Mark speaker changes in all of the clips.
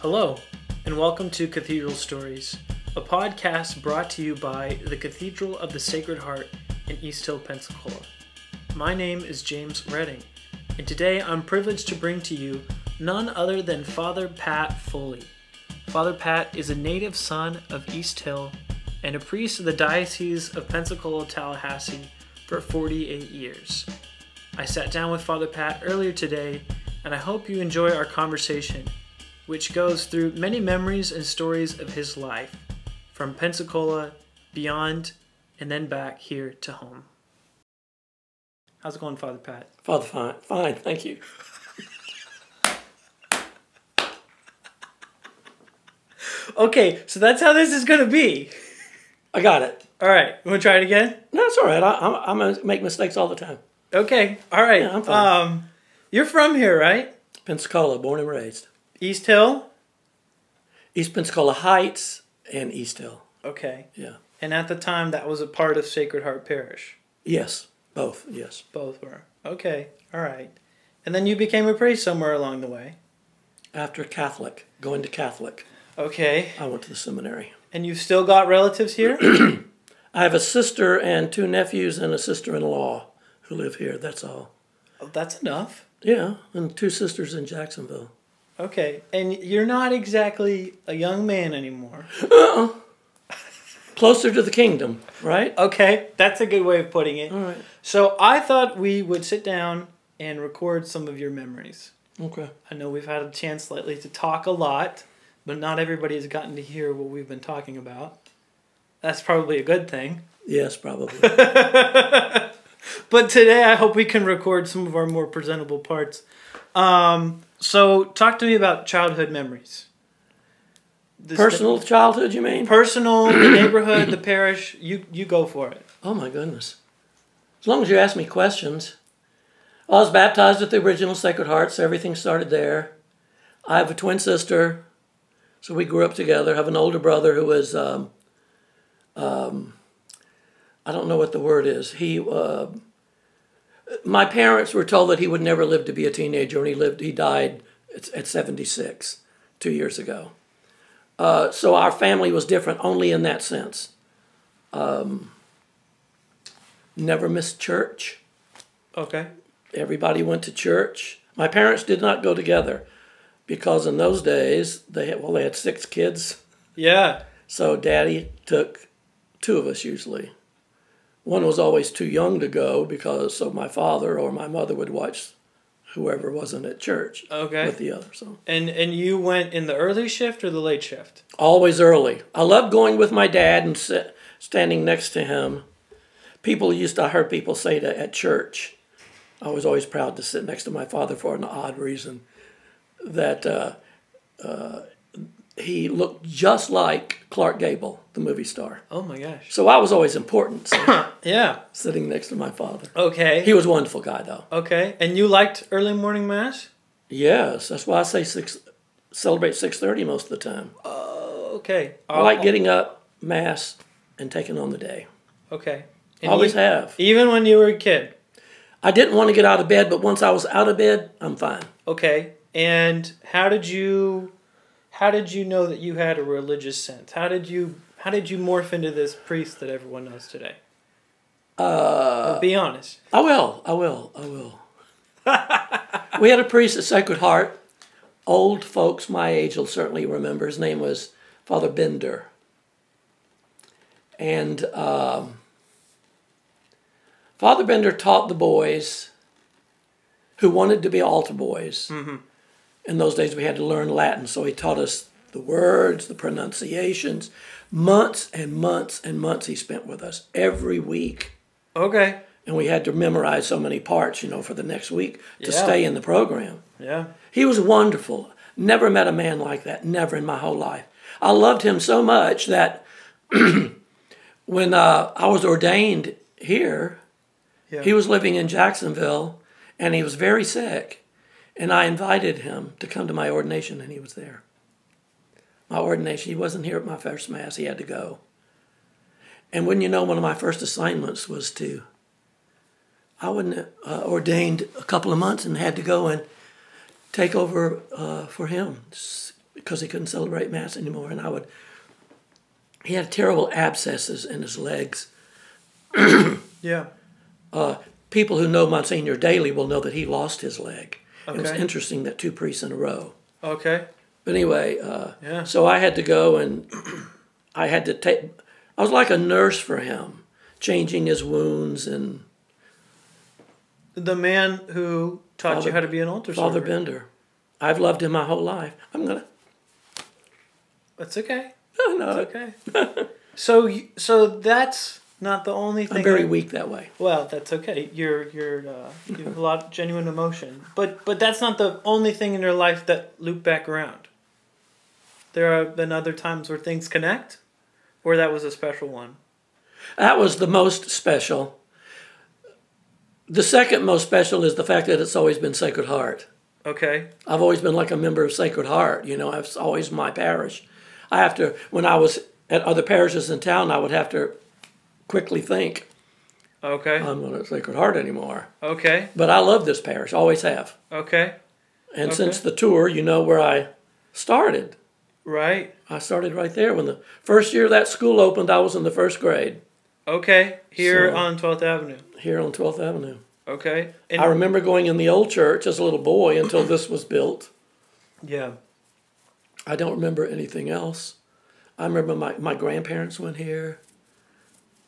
Speaker 1: Hello, and welcome to Cathedral Stories, a podcast brought to you by the Cathedral of the Sacred Heart in East Hill, Pensacola. My name is James Redding, and today I'm privileged to bring to you none other than Father Pat Foley. Father Pat is a native son of East Hill and a priest of the Diocese of Pensacola Tallahassee for 48 years. I sat down with Father Pat earlier today, and I hope you enjoy our conversation which goes through many memories and stories of his life from Pensacola, beyond, and then back here to home. How's it going, Father Pat?
Speaker 2: Father, fine, fine, thank you.
Speaker 1: Okay, so that's how this is gonna be.
Speaker 2: I got it.
Speaker 1: All right, you wanna try it again?
Speaker 2: No, it's all right. I, I'm, I'm gonna make mistakes all the time.
Speaker 1: Okay, all right.
Speaker 2: Yeah, I'm fine.
Speaker 1: Um, you're from here, right?
Speaker 2: Pensacola, born and raised.
Speaker 1: East Hill?
Speaker 2: East Pensacola Heights and East Hill.
Speaker 1: Okay.
Speaker 2: Yeah.
Speaker 1: And at the time, that was a part of Sacred Heart Parish.
Speaker 2: Yes, both. Yes.
Speaker 1: Both were. Okay, all right. And then you became a priest somewhere along the way.
Speaker 2: After Catholic, going to Catholic,
Speaker 1: Okay.
Speaker 2: I went to the seminary.
Speaker 1: And you've still got relatives here?
Speaker 2: I have a sister and two nephews and a sister-in-law who live here. That's all.
Speaker 1: Oh, that's enough.
Speaker 2: Yeah, and two sisters in Jacksonville.
Speaker 1: Okay, and you're not exactly a young man anymore.
Speaker 2: Closer to the kingdom, right?
Speaker 1: Okay, that's a good way of putting it.
Speaker 2: All right.
Speaker 1: So I thought we would sit down and record some of your memories.
Speaker 2: Okay.
Speaker 1: I know we've had a chance lately to talk a lot, but not everybody has gotten to hear what we've been talking about. That's probably a good thing.
Speaker 2: Yes, probably.
Speaker 1: But today I hope we can record some of our more presentable parts. Um, so talk to me about childhood memories. This-
Speaker 2: Personal childhood, you mean?
Speaker 1: personal, the neighborhood, the parish, you you go for it.
Speaker 2: Oh my goodness. As long as you ask me questions. I was baptized at the original Sacred Heart, so everything started there. I have a twin sister, so we grew up together. I have an older brother who was, um, um, I don't know what the word is. He, uh, my parents were told that he would never live to be a teenager, and he lived. He died at, at 76, two years ago. Uh, so our family was different only in that sense. Never missed church.
Speaker 1: Okay.
Speaker 2: everybody went to church. My parents did not go together because in those days they had, well they had six kids,
Speaker 1: Yeah.
Speaker 2: so daddy took two of us usually. One was always too young to go because so my father or my mother would watch whoever wasn't at church
Speaker 1: Okay.
Speaker 2: with the other. So
Speaker 1: And and you went in the early shift or the late shift?
Speaker 2: always early. I loved going with my dad and sit, standing next to him. People used to I heard people say that at church. I was always proud to sit next to my father for an odd reason that uh, uh, he looked just like Clark Gable, the movie star.
Speaker 1: Oh my gosh.
Speaker 2: So I was always important so,
Speaker 1: Yeah.
Speaker 2: sitting next to my father.
Speaker 1: Okay.
Speaker 2: He was a wonderful guy though.
Speaker 1: okay. And you liked early morning mass?
Speaker 2: Yes, that's why I say six celebrate six thirty most of the time.
Speaker 1: Okay.
Speaker 2: I like getting up, mass, and taking on the day.
Speaker 1: Okay. And
Speaker 2: Always
Speaker 1: e-
Speaker 2: have.
Speaker 1: even when you were a kid.
Speaker 2: I didn't want to get out of bed, but once I was out of bed, I'm fine.
Speaker 1: Okay. And how did you how did you know that you had a religious sense? How did you how did you morph into this priest that everyone knows today? Uh, be honest.
Speaker 2: I will, I will, I will. we had a priest at Sacred Heart. Old folks my age will certainly remember. His name was Father Bender. And um, Father Bender taught the boys who wanted to be altar boys. In those days, we had to learn Latin, so he taught us the words, the pronunciations. Months and months and months he spent with us every week.
Speaker 1: Okay.
Speaker 2: and we had to memorize so many parts, you know, for the next week to
Speaker 1: Yeah.
Speaker 2: stay in the program.
Speaker 1: Yeah.
Speaker 2: He was wonderful. Never met a man like that, never in my whole life. I loved him so much that when uh, I was ordained here,
Speaker 1: Yeah.
Speaker 2: he was living in Jacksonville and he was very sick. And I invited him to come to my ordination and he was there. My ordination, he wasn't here at my first mass, he had to go. And wouldn't you know, one of my first assignments was to, I wasn't uh, ordained a couple of months and had to go and take over uh, for him. S- because he couldn't celebrate Mass anymore. And I would, he had terrible abscesses in his legs.
Speaker 1: Yeah.
Speaker 2: People who know Monsignor Daly will know that he lost his leg. It was
Speaker 1: Okay.
Speaker 2: interesting that two priests in a row.
Speaker 1: Okay.
Speaker 2: But anyway, uh,
Speaker 1: Yeah.
Speaker 2: so I had to go and I had to take, I was like a nurse for him, changing his wounds and
Speaker 1: The man who taught
Speaker 2: Father-
Speaker 1: you how to be an altar
Speaker 2: Father
Speaker 1: server.
Speaker 2: Bender. I've loved him my whole life. I'm going to,
Speaker 1: That's okay.
Speaker 2: no, no,
Speaker 1: Okay. so you- so that's not the only thing.
Speaker 2: I'm very weak that way.
Speaker 1: Well, that's okay. You're you're uh, you have a lot of genuine emotion, but but that's not the only thing in your life that loop back around. There have been other times where things connect, or that was a special one.
Speaker 2: That was the most special. The second most special is the fact that it's always been Sacred Heart.
Speaker 1: Okay.
Speaker 2: I've always been like a member of Sacred Heart. You know, it's always my parish. I have to, when I was at other parishes in town, I would have to quickly think,
Speaker 1: Okay.
Speaker 2: I'm not at Sacred Heart anymore.
Speaker 1: okay.
Speaker 2: But I love this parish, always have.
Speaker 1: Okay.
Speaker 2: And since the tour, you know where I started.
Speaker 1: Right.
Speaker 2: I started right there. When the first year that school opened, I was in the first grade
Speaker 1: Okay. Here
Speaker 2: So-
Speaker 1: on Twelfth Avenue.
Speaker 2: here on 12th Avenue.
Speaker 1: Okay. And
Speaker 2: I remember going in the old church as a little boy until this was built.
Speaker 1: yeah.
Speaker 2: I don't remember anything else. I remember my, my grandparents went here.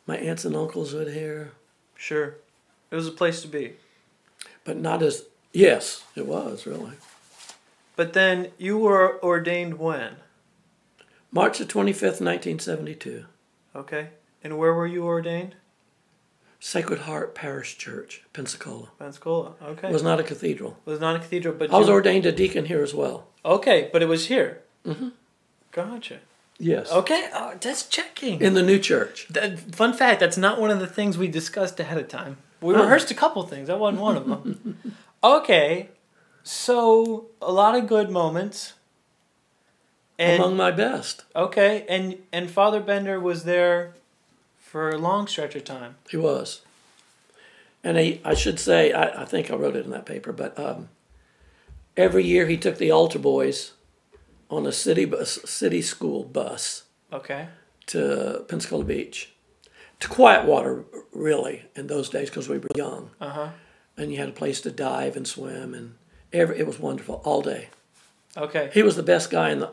Speaker 2: My aunts and uncles went here.
Speaker 1: Sure. It was a place to be.
Speaker 2: But not as, yes, it was really.
Speaker 1: But then you were ordained when?
Speaker 2: March the 25th, 1972.
Speaker 1: Okay. And where were you ordained?
Speaker 2: Sacred Heart Parish Church, Pensacola.
Speaker 1: Pensacola. Okay.
Speaker 2: It was not a cathedral.
Speaker 1: It was not a cathedral, but
Speaker 2: I was
Speaker 1: you-
Speaker 2: ordained a deacon here as well.
Speaker 1: okay, but it was here. Mm-hmm. Gotcha.
Speaker 2: Yes.
Speaker 1: Okay, oh, just checking.
Speaker 2: In the new church.
Speaker 1: That, fun fact: that's not one of the things we discussed ahead of time. We
Speaker 2: Oh.
Speaker 1: rehearsed a couple things. That wasn't one of them. okay, so a lot of good moments. And
Speaker 2: Among my best.
Speaker 1: okay, and and Father Bender was there for a long stretch of time.
Speaker 2: He was. And he, I should say, I, I think I wrote it in that paper, but um, every year he took the altar boys on a city bus, city school bus
Speaker 1: Okay.
Speaker 2: to Pensacola Beach, to Quiet Water, really, in those days because we were young,
Speaker 1: Uh huh.
Speaker 2: and you had a place to dive and swim, and every, it was wonderful all day.
Speaker 1: Okay.
Speaker 2: He was the best guy in the,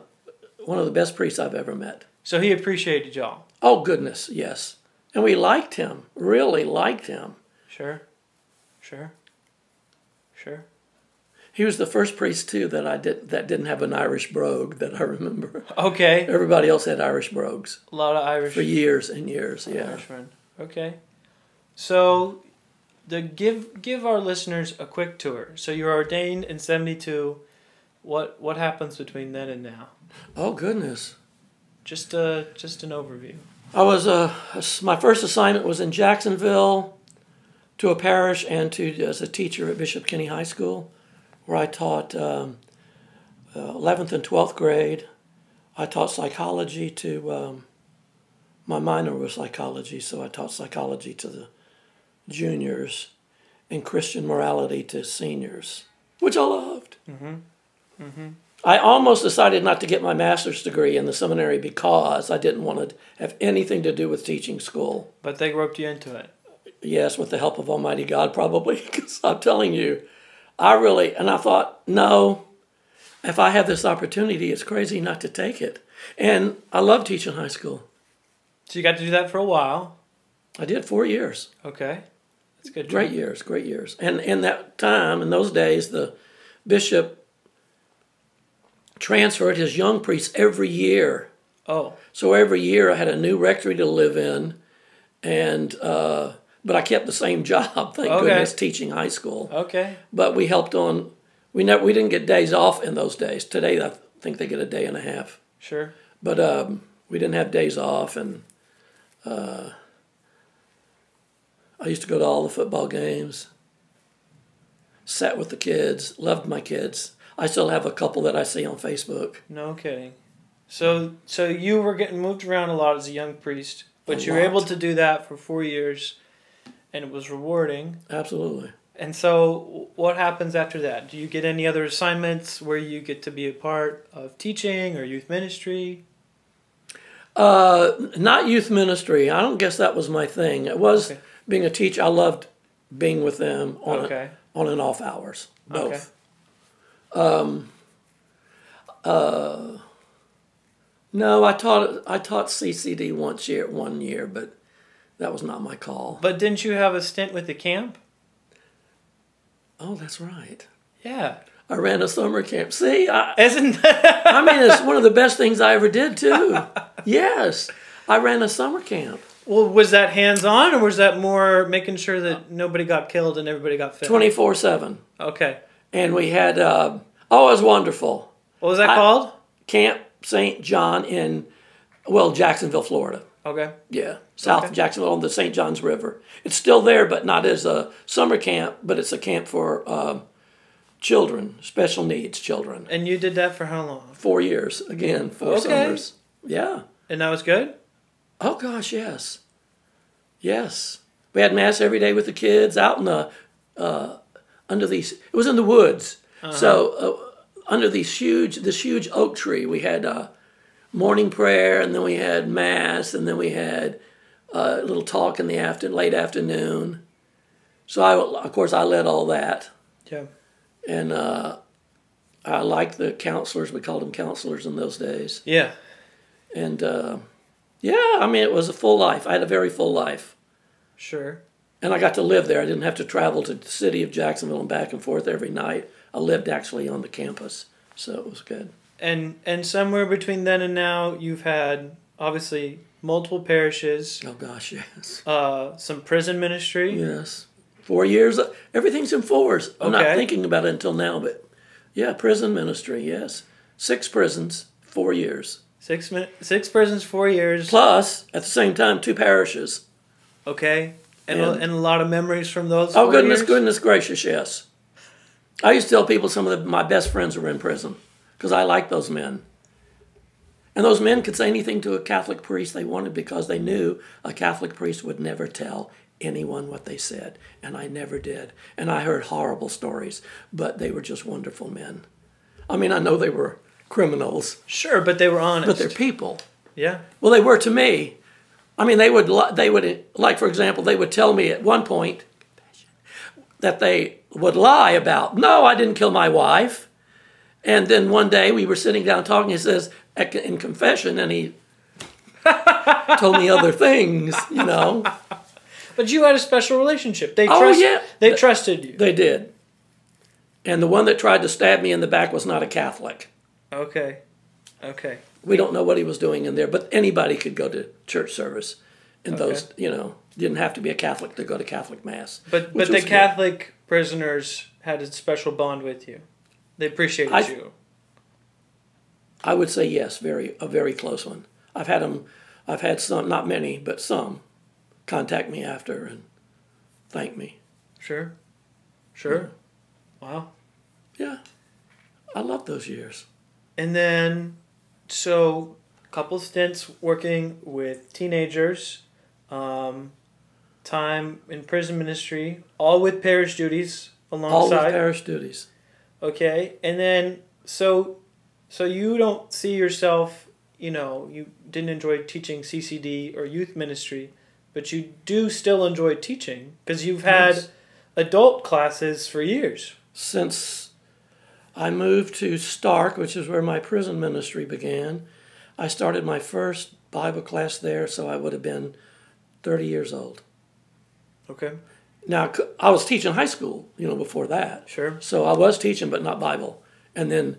Speaker 2: one of the best priests I've ever met.
Speaker 1: So he appreciated y'all.
Speaker 2: Oh goodness, yes, and we liked him, really liked him.
Speaker 1: Sure. Sure. Sure.
Speaker 2: He was the first priest too that I did that didn't have an Irish brogue that I remember.
Speaker 1: Okay.
Speaker 2: Everybody else had Irish brogues
Speaker 1: A lot of Irish
Speaker 2: for years and years. Yeah,
Speaker 1: Irishmen. Okay. So the give give our listeners a quick tour. So you're ordained in 72. What what happens between then and now?
Speaker 2: Oh goodness,
Speaker 1: Just uh just an overview.
Speaker 2: I was uh, my first assignment was in Jacksonville, to a parish and to as a teacher at Bishop Kinney High School, where I taught um, uh, 11th and 12th grade. I taught psychology to um, my minor was psychology, so I taught psychology to the juniors, and Christian morality to seniors, which I loved. I almost decided not to get my master's degree in the seminary because I didn't want to have anything to do with teaching school.
Speaker 1: But they roped you into it.
Speaker 2: Yes, with the help of Almighty God, probably, because I'm telling you, I really, and I thought, no, if I have this opportunity, it's crazy not to take it. And I love teaching high school.
Speaker 1: So you got to do that for a while.
Speaker 2: I did four years,
Speaker 1: Okay. That's good.
Speaker 2: great years, great years. And in that time, in those days, the bishop transferred his young priests every year
Speaker 1: Oh,
Speaker 2: So every year I had a new rectory to live in, and uh, but I kept the same job. Thank
Speaker 1: Okay.
Speaker 2: goodness, teaching high school.
Speaker 1: okay.
Speaker 2: But we helped on. We never we didn't get days off in those days. Today I think they get a day and a half,
Speaker 1: Sure.
Speaker 2: but um, we didn't have days off, and uh, I used to go to all the football games. Sat with the kids, loved my kids. I still have a couple that I see on Facebook.
Speaker 1: No kidding. So so you were getting moved around a lot as a young priest, but
Speaker 2: A
Speaker 1: you were able
Speaker 2: lot.
Speaker 1: to do that for 4 years and it was rewarding.
Speaker 2: Absolutely.
Speaker 1: And so, what happens after that? Do you get any other assignments where you get to be a part of teaching or youth ministry?
Speaker 2: Uh, not youth ministry. I don't guess that was my thing. It was
Speaker 1: Okay.
Speaker 2: being a teacher. I loved being with them on
Speaker 1: Okay.
Speaker 2: on and off hours, both. Um,
Speaker 1: Okay.
Speaker 2: uh, No, I taught I taught CCD once year one year, but that was not my call.
Speaker 1: But didn't you have a stint with the camp?
Speaker 2: Oh, that's right.
Speaker 1: Yeah.
Speaker 2: I ran a summer camp. See, I,
Speaker 1: Isn't that?
Speaker 2: I mean, it's one of the best things I ever did too. Yes, I ran a summer camp.
Speaker 1: Well, was that hands on or was that more making sure that nobody got killed and everybody got fit?
Speaker 2: 24 7.
Speaker 1: Okay.
Speaker 2: And we had, uh, oh, it was wonderful.
Speaker 1: What was that
Speaker 2: I-
Speaker 1: called?
Speaker 2: Camp St. John in, well, Jacksonville, Florida.
Speaker 1: Okay.
Speaker 2: Yeah, south of Jacksonville on the St. Johns River. It's still there, but not as a summer camp, but it's a camp for um children, special needs children.
Speaker 1: And you did that for how long?
Speaker 2: Four years, again, four
Speaker 1: Okay.
Speaker 2: summers. Yeah.
Speaker 1: And that was good?
Speaker 2: Oh gosh, yes, yes. We had mass every day with the kids out in the uh, under these. It was in the woods, so uh, under these huge this huge oak tree. We had uh, morning prayer, and then we had mass, and then we had uh, a little talk in the after late afternoon. So I of course I led all that,
Speaker 1: Yeah.
Speaker 2: and uh, I liked the counselors. We called them counselors in those days
Speaker 1: Yeah.
Speaker 2: and uh, yeah, I mean, it was a full life. I had a very full life,
Speaker 1: Sure.
Speaker 2: and I got to live there. I didn't have to travel to the city of Jacksonville and back and forth every night. I lived actually on the campus, so it was good.
Speaker 1: And and somewhere between then and now you've had obviously multiple parishes,
Speaker 2: Oh gosh, yes,
Speaker 1: uh, some prison ministry.
Speaker 2: yes. Four years. Everything's in fours. I'm
Speaker 1: Okay.
Speaker 2: not thinking about it until now, but yeah, prison ministry. Yes, six prisons, four years.
Speaker 1: Six min- six prisons, four years.
Speaker 2: Plus, at the same time, two parishes.
Speaker 1: Okay. And,
Speaker 2: Yeah.
Speaker 1: a, and a lot of memories from those.
Speaker 2: Oh
Speaker 1: four
Speaker 2: goodness,
Speaker 1: years?
Speaker 2: goodness gracious, yes. I used to tell people some of the, my best friends were in prison because I liked those men. And those men could say anything to a Catholic priest they wanted because they knew a Catholic priest would never tell anyone what they said. And I never did. And I heard horrible stories, but they were just wonderful men. I mean, I know they were criminals,
Speaker 1: Sure, but they were honest.
Speaker 2: but they're people.
Speaker 1: yeah.
Speaker 2: Well, they were to me. I mean, they would li- they would like for example, they would tell me at one point that they would lie about, no, I didn't kill my wife. And then one day we were sitting down talking. He says at- in confession, and he told me other things. You know,
Speaker 1: But you had a special relationship. They
Speaker 2: Oh,
Speaker 1: trust,
Speaker 2: yeah.
Speaker 1: They trusted you.
Speaker 2: they did. And the one that tried to stab me in the back was not a Catholic.
Speaker 1: Okay. Okay.
Speaker 2: We don't know what he was doing in there, but anybody could go to church service. And those, you know, didn't have to be a Catholic to go to Catholic mass.
Speaker 1: But but
Speaker 2: which
Speaker 1: the
Speaker 2: was good.
Speaker 1: Catholic prisoners had a special bond with you. They appreciated
Speaker 2: I-
Speaker 1: you.
Speaker 2: I would say yes, very a very close one. I've had them. I've had some, not many, but some, contact me after and thank me.
Speaker 1: Sure. Sure. Wow.
Speaker 2: Yeah, I love those years.
Speaker 1: And then so couple stints working with teenagers, um, time in prison ministry, all with parish duties
Speaker 2: All
Speaker 1: alongside.
Speaker 2: with parish duties.
Speaker 1: Okay, and then so so you don't see yourself, you know, you didn't enjoy teaching CCD or youth ministry, but you do still enjoy teaching because you've had
Speaker 2: Yes.
Speaker 1: adult classes for years.
Speaker 2: since I moved to Stark, which is where my prison ministry began, I started my first Bible class there, so I would have been 30 years old.
Speaker 1: Okay.
Speaker 2: Now, c- I was teaching high school, you know, before that.
Speaker 1: Sure.
Speaker 2: So I was teaching, but not Bible. And then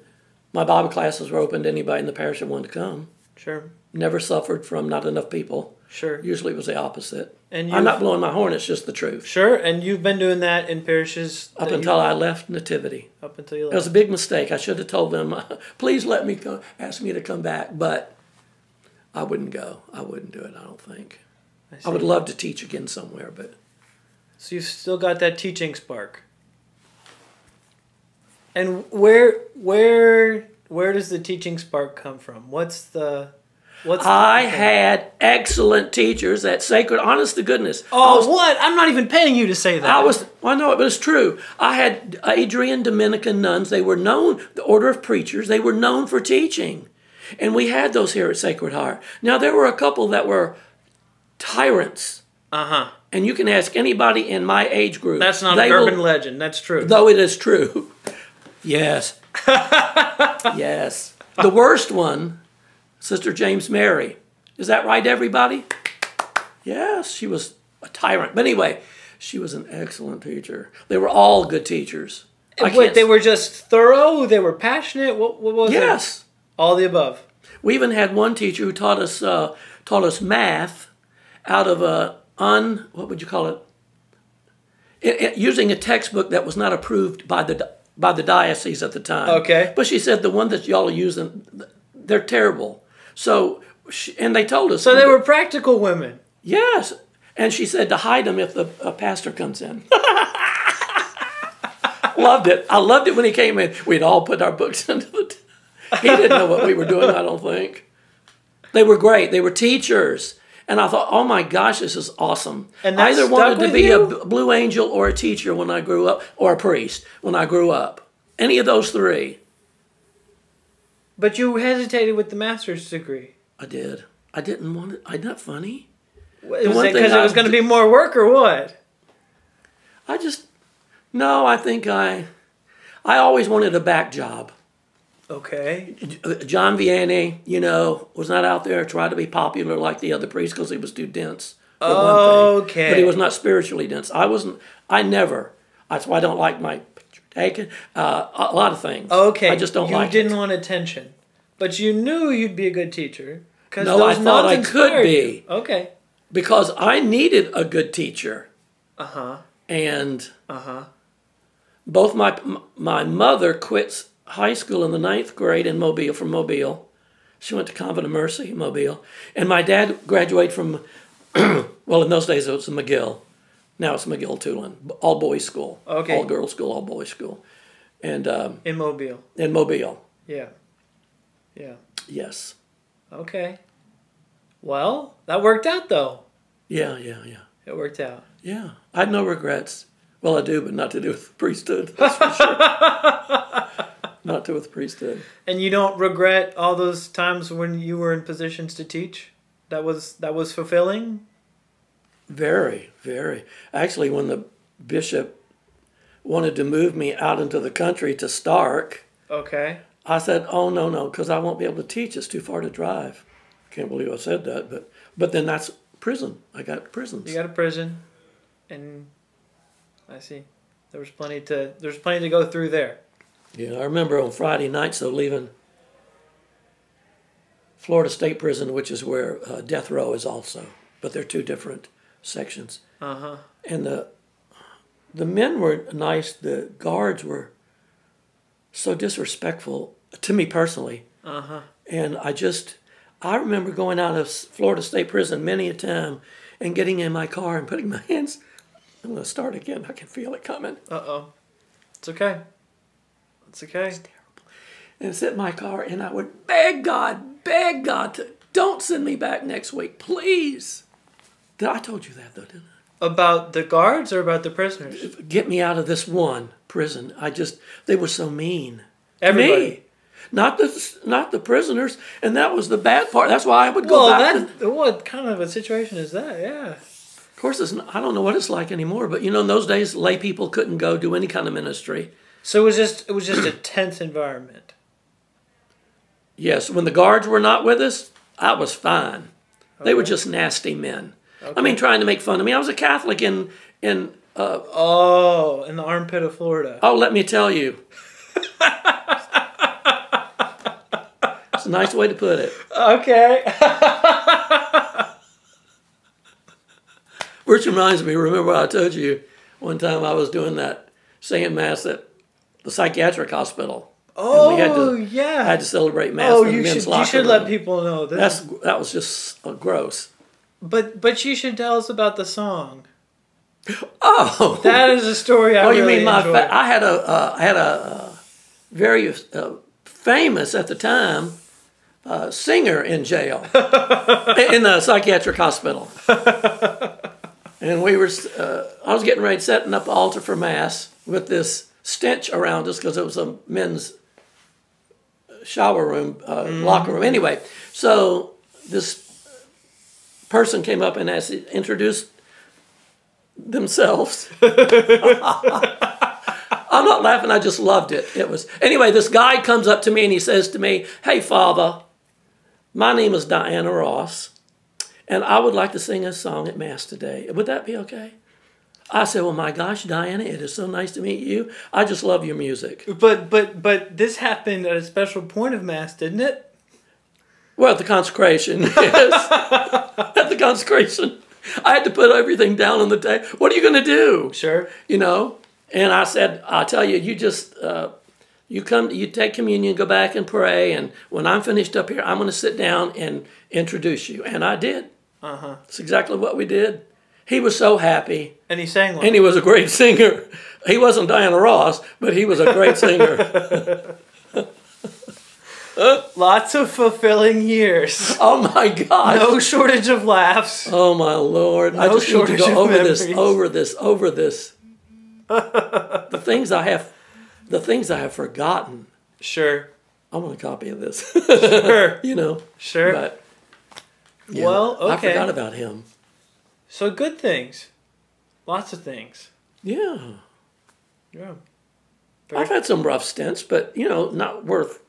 Speaker 2: my Bible classes were open to anybody in the parish that wanted to come.
Speaker 1: Sure.
Speaker 2: Never suffered from not enough people.
Speaker 1: Sure.
Speaker 2: Usually it was the opposite.
Speaker 1: And
Speaker 2: I'm
Speaker 1: you've-
Speaker 2: not blowing my horn, it's just the truth.
Speaker 1: Sure, and you've been doing that in parishes
Speaker 2: Up
Speaker 1: that
Speaker 2: until I left Nativity.
Speaker 1: you, up until you
Speaker 2: That was
Speaker 1: left.
Speaker 2: a big mistake. I should have told them, please let me come, ask me to come back, but I wouldn't go. I wouldn't do it, I don't think.
Speaker 1: I
Speaker 2: I
Speaker 1: see.
Speaker 2: would love to teach again somewhere, but
Speaker 1: So you've still got that teaching spark. And where where where does the teaching spark come from? What's the What's the-
Speaker 2: I had excellent teachers at Sacred. Honest to goodness.
Speaker 1: Oh, what? I'm not even paying you to say that.
Speaker 2: I was, well, no, it was true. I had Adrian Dominican nuns. They were known, the Order of Preachers, they were known for teaching. And we had those here at Sacred Heart. Now, there were a couple that were tyrants.
Speaker 1: Uh huh.
Speaker 2: And you can ask anybody in my age group.
Speaker 1: That's not
Speaker 2: They
Speaker 1: an
Speaker 2: will-
Speaker 1: urban legend. That's true.
Speaker 2: Though it is true. Yes. yes. The worst one, Sister James Mary. Is that right, everybody? Yes, she was a tyrant. But anyway, she was an excellent teacher. They were all good teachers. I
Speaker 1: Wait,
Speaker 2: can't-
Speaker 1: they were just thorough. They were passionate. What, what was it?
Speaker 2: Yes.
Speaker 1: All the above.
Speaker 2: We even had one teacher who taught us uh, taught us math out of a un what would you call it? It- it- using a textbook that was not approved by the di- by the diocese at the time.
Speaker 1: Okay.
Speaker 2: but she said the one that y'all are using, they're terrible. So she, and they told us
Speaker 1: So they were practical women.
Speaker 2: yes, and she said to hide them if the a pastor comes in. loved it. I loved it when he came in. We'd all put our books into the. T- he didn't know what we were doing. I don't think. They were great. They were teachers, and I thought, oh my gosh, this is awesome.
Speaker 1: And that
Speaker 2: I either
Speaker 1: stuck
Speaker 2: wanted to
Speaker 1: with
Speaker 2: be
Speaker 1: you?
Speaker 2: a b- blue angel or a teacher when I grew up, or a priest when I grew up. Any of those three,
Speaker 1: But you hesitated with the master's degree.
Speaker 2: I did. I didn't want it. Isn't that funny?
Speaker 1: Was
Speaker 2: one
Speaker 1: it
Speaker 2: thing
Speaker 1: because it
Speaker 2: I
Speaker 1: was going to be more work or what?
Speaker 2: I just no. I think I I always wanted a back job.
Speaker 1: Okay.
Speaker 2: J- John Vianney, you know, was not out there trying to be popular like the other priests because he was too dense. For one thing.
Speaker 1: Okay.
Speaker 2: But he was not spiritually dense. I wasn't. I never. That's why I don't like my picture taken. Uh, a lot of things.
Speaker 1: Okay.
Speaker 2: I just don't
Speaker 1: you
Speaker 2: like.
Speaker 1: didn't
Speaker 2: it.
Speaker 1: want attention, but you knew you'd be a good teacher. 'cause
Speaker 2: No, I
Speaker 1: those
Speaker 2: thought
Speaker 1: nuns
Speaker 2: I could
Speaker 1: inspired
Speaker 2: be.
Speaker 1: you. Okay.
Speaker 2: because I needed a good teacher,
Speaker 1: Uh huh.
Speaker 2: and
Speaker 1: Uh huh.
Speaker 2: both my m- my mother quits high school in the ninth grade in Mobile from Mobile. She went to Convent of Mercy, Mobile, and my dad graduated from. well, in those days it was McGill. Now it's McGill Tulane, all boys school,
Speaker 1: Okay.
Speaker 2: all girls school, all boys school, and um,
Speaker 1: Immobile.
Speaker 2: in Mobile,
Speaker 1: Yeah. Yeah.
Speaker 2: yes,
Speaker 1: Okay. Well, that worked out though.
Speaker 2: yeah, yeah, yeah,
Speaker 1: It worked out.
Speaker 2: yeah. I have no regrets. Well, I do, but not to do with the priesthood. That's for sure. not to do with the priesthood.
Speaker 1: And you don't regret all those times when you were in positions to teach? That was that was fulfilling?
Speaker 2: Very, very. Actually, when the bishop wanted to move me out into the country to Stark,
Speaker 1: Okay.
Speaker 2: I said, "Oh no, no, because I won't be able to teach. It's too far to drive." Can't believe I said that, but but then that's prison. I got prisons.
Speaker 1: You got a prison and I see. There was plenty to there's plenty to go through there.
Speaker 2: Yeah, I remember on Friday nights though leaving Florida State Prison, which is where uh, death row is also, but they're two different sections.
Speaker 1: Uh-huh.
Speaker 2: and the the men were nice. The guards were so disrespectful to me personally,
Speaker 1: Uh-huh.
Speaker 2: and I just I remember going out of S- Florida State Prison many a time and getting in my car and putting my hands. I'm gonna start again. I can feel it coming.
Speaker 1: Uh-oh. It's okay. It's okay.
Speaker 2: And sit in my car, and I would beg God, beg God to don't send me back next week, please. Did- I told you that though, didn't I?
Speaker 1: About the guards or about the prisoners?
Speaker 2: get me out of this one prison. I just they were so mean. To
Speaker 1: Everybody.
Speaker 2: Me. Not the not the prisoners, and that was the bad part. That's why I would go
Speaker 1: Well,
Speaker 2: back. to-
Speaker 1: that what kind of a situation is that? Yeah.
Speaker 2: of course, it's, I don't know what it's like anymore. But you know, in those days, lay people couldn't go do any kind of ministry.
Speaker 1: So it was just it was just a tense environment.
Speaker 2: Yes, when the guards were not with us, I was fine. They were just nasty men. I mean, trying to make fun of me. I was a Catholic in in uh,
Speaker 1: Oh, in the armpit of Florida.
Speaker 2: Oh, let me tell you. it's a nice way to put it.
Speaker 1: Okay.
Speaker 2: Which reminds me, remember I told you one time I was doing that saying mass at the psychiatric hospital.
Speaker 1: Oh,
Speaker 2: And we had to- I
Speaker 1: yeah.
Speaker 2: had to celebrate mass
Speaker 1: oh,
Speaker 2: in the
Speaker 1: you
Speaker 2: men's
Speaker 1: should you
Speaker 2: locker
Speaker 1: should let
Speaker 2: room.
Speaker 1: people know this.
Speaker 2: That's that was just uh, gross.
Speaker 1: but but you should tell us about the song.
Speaker 2: Oh,
Speaker 1: That is a story I
Speaker 2: oh, you
Speaker 1: really
Speaker 2: mean my?
Speaker 1: enjoyed.
Speaker 2: Fa- I had a uh, I had a uh, very uh, famous at the time uh, singer in jail in the psychiatric hospital. and we were, uh, I was getting ready setting up the altar for mass with this stench around us because it was a men's shower room, uh,
Speaker 1: Mm-hmm.
Speaker 2: locker room. Anyway, so this person came up and asked, introduced themselves. I'm not laughing. I just loved it. It was anyway. This guy comes up to me and he says to me, "Hey, Father, my name is Diana Ross, and I would like to sing a song at Mass today. Would that be okay?" I said, "Well, my gosh, Diana, it is so nice to meet you. I just love your music."
Speaker 1: But but but this happened at a special point of mass, didn't it?
Speaker 2: Well, at the consecration, yes. at the consecration, I had to put everything down on the table. What are you going to do?
Speaker 1: Sure.
Speaker 2: you know and i said i tell you you just uh, you come you take communion go back and pray and when i'm finished up here i'm going to sit down and introduce you and i did uh-huh it's exactly what we did he was so happy
Speaker 1: And he sang one.
Speaker 2: and he was a great singer he wasn't diana ross but he was a great singer
Speaker 1: Lots of fulfilling years.
Speaker 2: oh my god
Speaker 1: No shortage of laughs.
Speaker 2: oh my lord i
Speaker 1: No
Speaker 2: just need to
Speaker 1: shortage of
Speaker 2: go over this
Speaker 1: memories.
Speaker 2: over this over this the things i have the things i have forgotten
Speaker 1: Sure.
Speaker 2: i want a copy of this
Speaker 1: Sure.
Speaker 2: you know
Speaker 1: Sure.
Speaker 2: But yeah,
Speaker 1: Well,
Speaker 2: I
Speaker 1: okay.
Speaker 2: forgot about him.
Speaker 1: So good things. Lots of things.
Speaker 2: Yeah,
Speaker 1: Yeah. Very-
Speaker 2: I've had some rough stints, but you know, not worth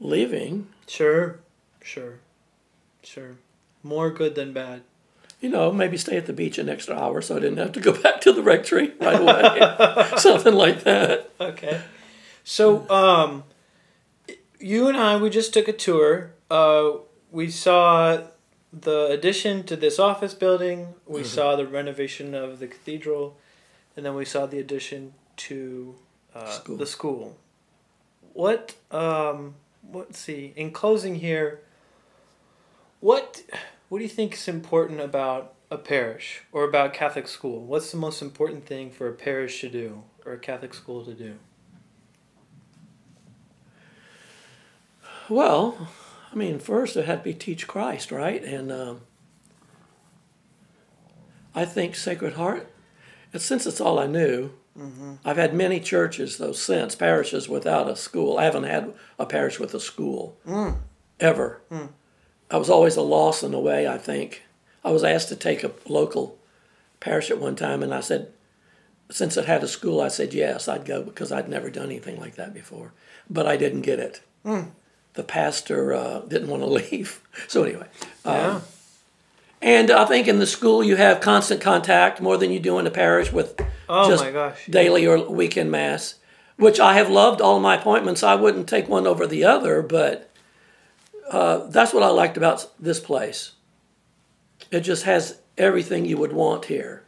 Speaker 2: leaving.
Speaker 1: Sure. Sure. Sure. More good than bad.
Speaker 2: You know, maybe stay at the beach an extra hour so I didn't have to go back to the rectory right away. Something like that.
Speaker 1: Okay. So, um, you and I, we just took a tour. Uh, we saw the addition to this office building. We saw the renovation of the cathedral, and then we saw the addition to uh,
Speaker 2: School.
Speaker 1: the school. What? Um, let's see. In closing, here, what what do you think is important about a parish or about Catholic school? What's the most important thing for a parish to do or a Catholic school to do?
Speaker 2: Well, I mean, first it had to be teach Christ, right? And um, I think Sacred Heart, and since it's all I knew, I've had many churches, though, since, parishes without a school. I haven't had a parish with a school ever. I was always a loss in a way, I think. I was asked to take a local parish at one time, and I said, since it had a school, I said yes, I'd go because I'd never done anything like that before. But I didn't get it. The pastor uh, didn't want to leave. So, anyway.
Speaker 1: Yeah.
Speaker 2: And I think in the school you have constant contact more than you do in the parish with
Speaker 1: Oh
Speaker 2: just
Speaker 1: my gosh.
Speaker 2: daily or weekend mass, which I have loved all my appointments. I wouldn't take one over the other, but uh, that's what I liked about this place. It just has everything you would want here.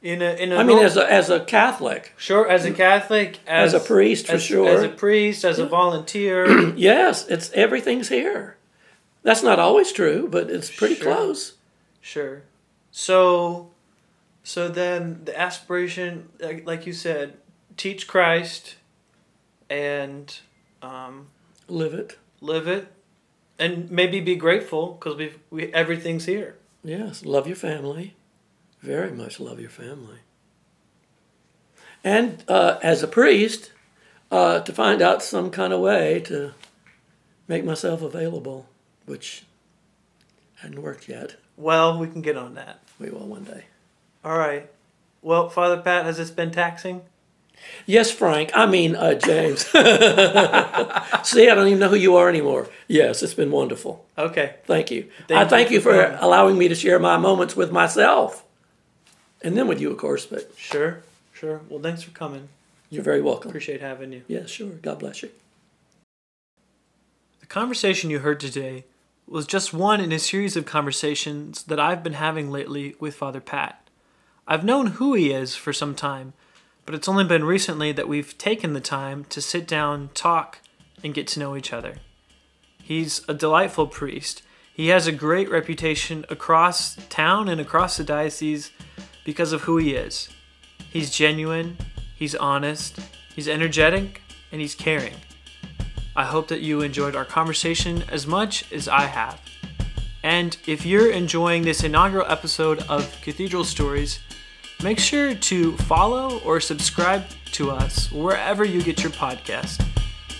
Speaker 1: In a in a
Speaker 2: I mean,
Speaker 1: nor-
Speaker 2: as a, as a Catholic,
Speaker 1: sure as a Catholic, as,
Speaker 2: as a priest for
Speaker 1: as,
Speaker 2: sure.
Speaker 1: as a priest, as a volunteer.
Speaker 2: yes, it's everything's here. That's not always true, but it's pretty
Speaker 1: Sure.
Speaker 2: close.
Speaker 1: sure. So, so then the aspiration, like, like you said, teach Christ, and um,
Speaker 2: Live it.
Speaker 1: live it, and maybe be grateful because we've we everything's here.
Speaker 2: Yes, love your family. Very much love your family. And uh, as a priest, uh, to find out some kind of way to make myself available, which hadn't worked yet.
Speaker 1: Well, we can get on that.
Speaker 2: We will one day.
Speaker 1: All right. Well, Father Pat, has this been taxing?
Speaker 2: Yes, Frank. I mean, uh, James. See, I don't even know who you are anymore. Yes, it's been wonderful.
Speaker 1: Okay.
Speaker 2: Thank you.
Speaker 1: Thank
Speaker 2: I thank
Speaker 1: you
Speaker 2: you
Speaker 1: for
Speaker 2: for
Speaker 1: coming.
Speaker 2: allowing me to share my moments with myself. And then with you, of course, but
Speaker 1: Sure. Sure. Well, thanks for coming.
Speaker 2: you're very welcome.
Speaker 1: Appreciate having you.
Speaker 2: Yes, sure. God bless you.
Speaker 1: The conversation you heard today was just one in a series of conversations that I've been having lately with Father Pat. I've known who he is for some time, but it's only been recently that we've taken the time to sit down, talk, and get to know each other. He's a delightful priest. He has a great reputation across town and across the diocese because of who he is. He's genuine, he's honest, he's energetic, and he's caring. I hope that you enjoyed our conversation as much as I have. And if you're enjoying this inaugural episode of Cathedral Stories, make sure to follow or subscribe to us wherever you get your podcast.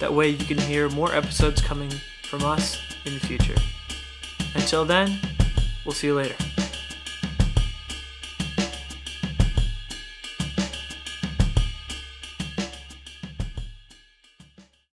Speaker 1: That way you can hear more episodes coming from us in the future. Until then, we'll see you later.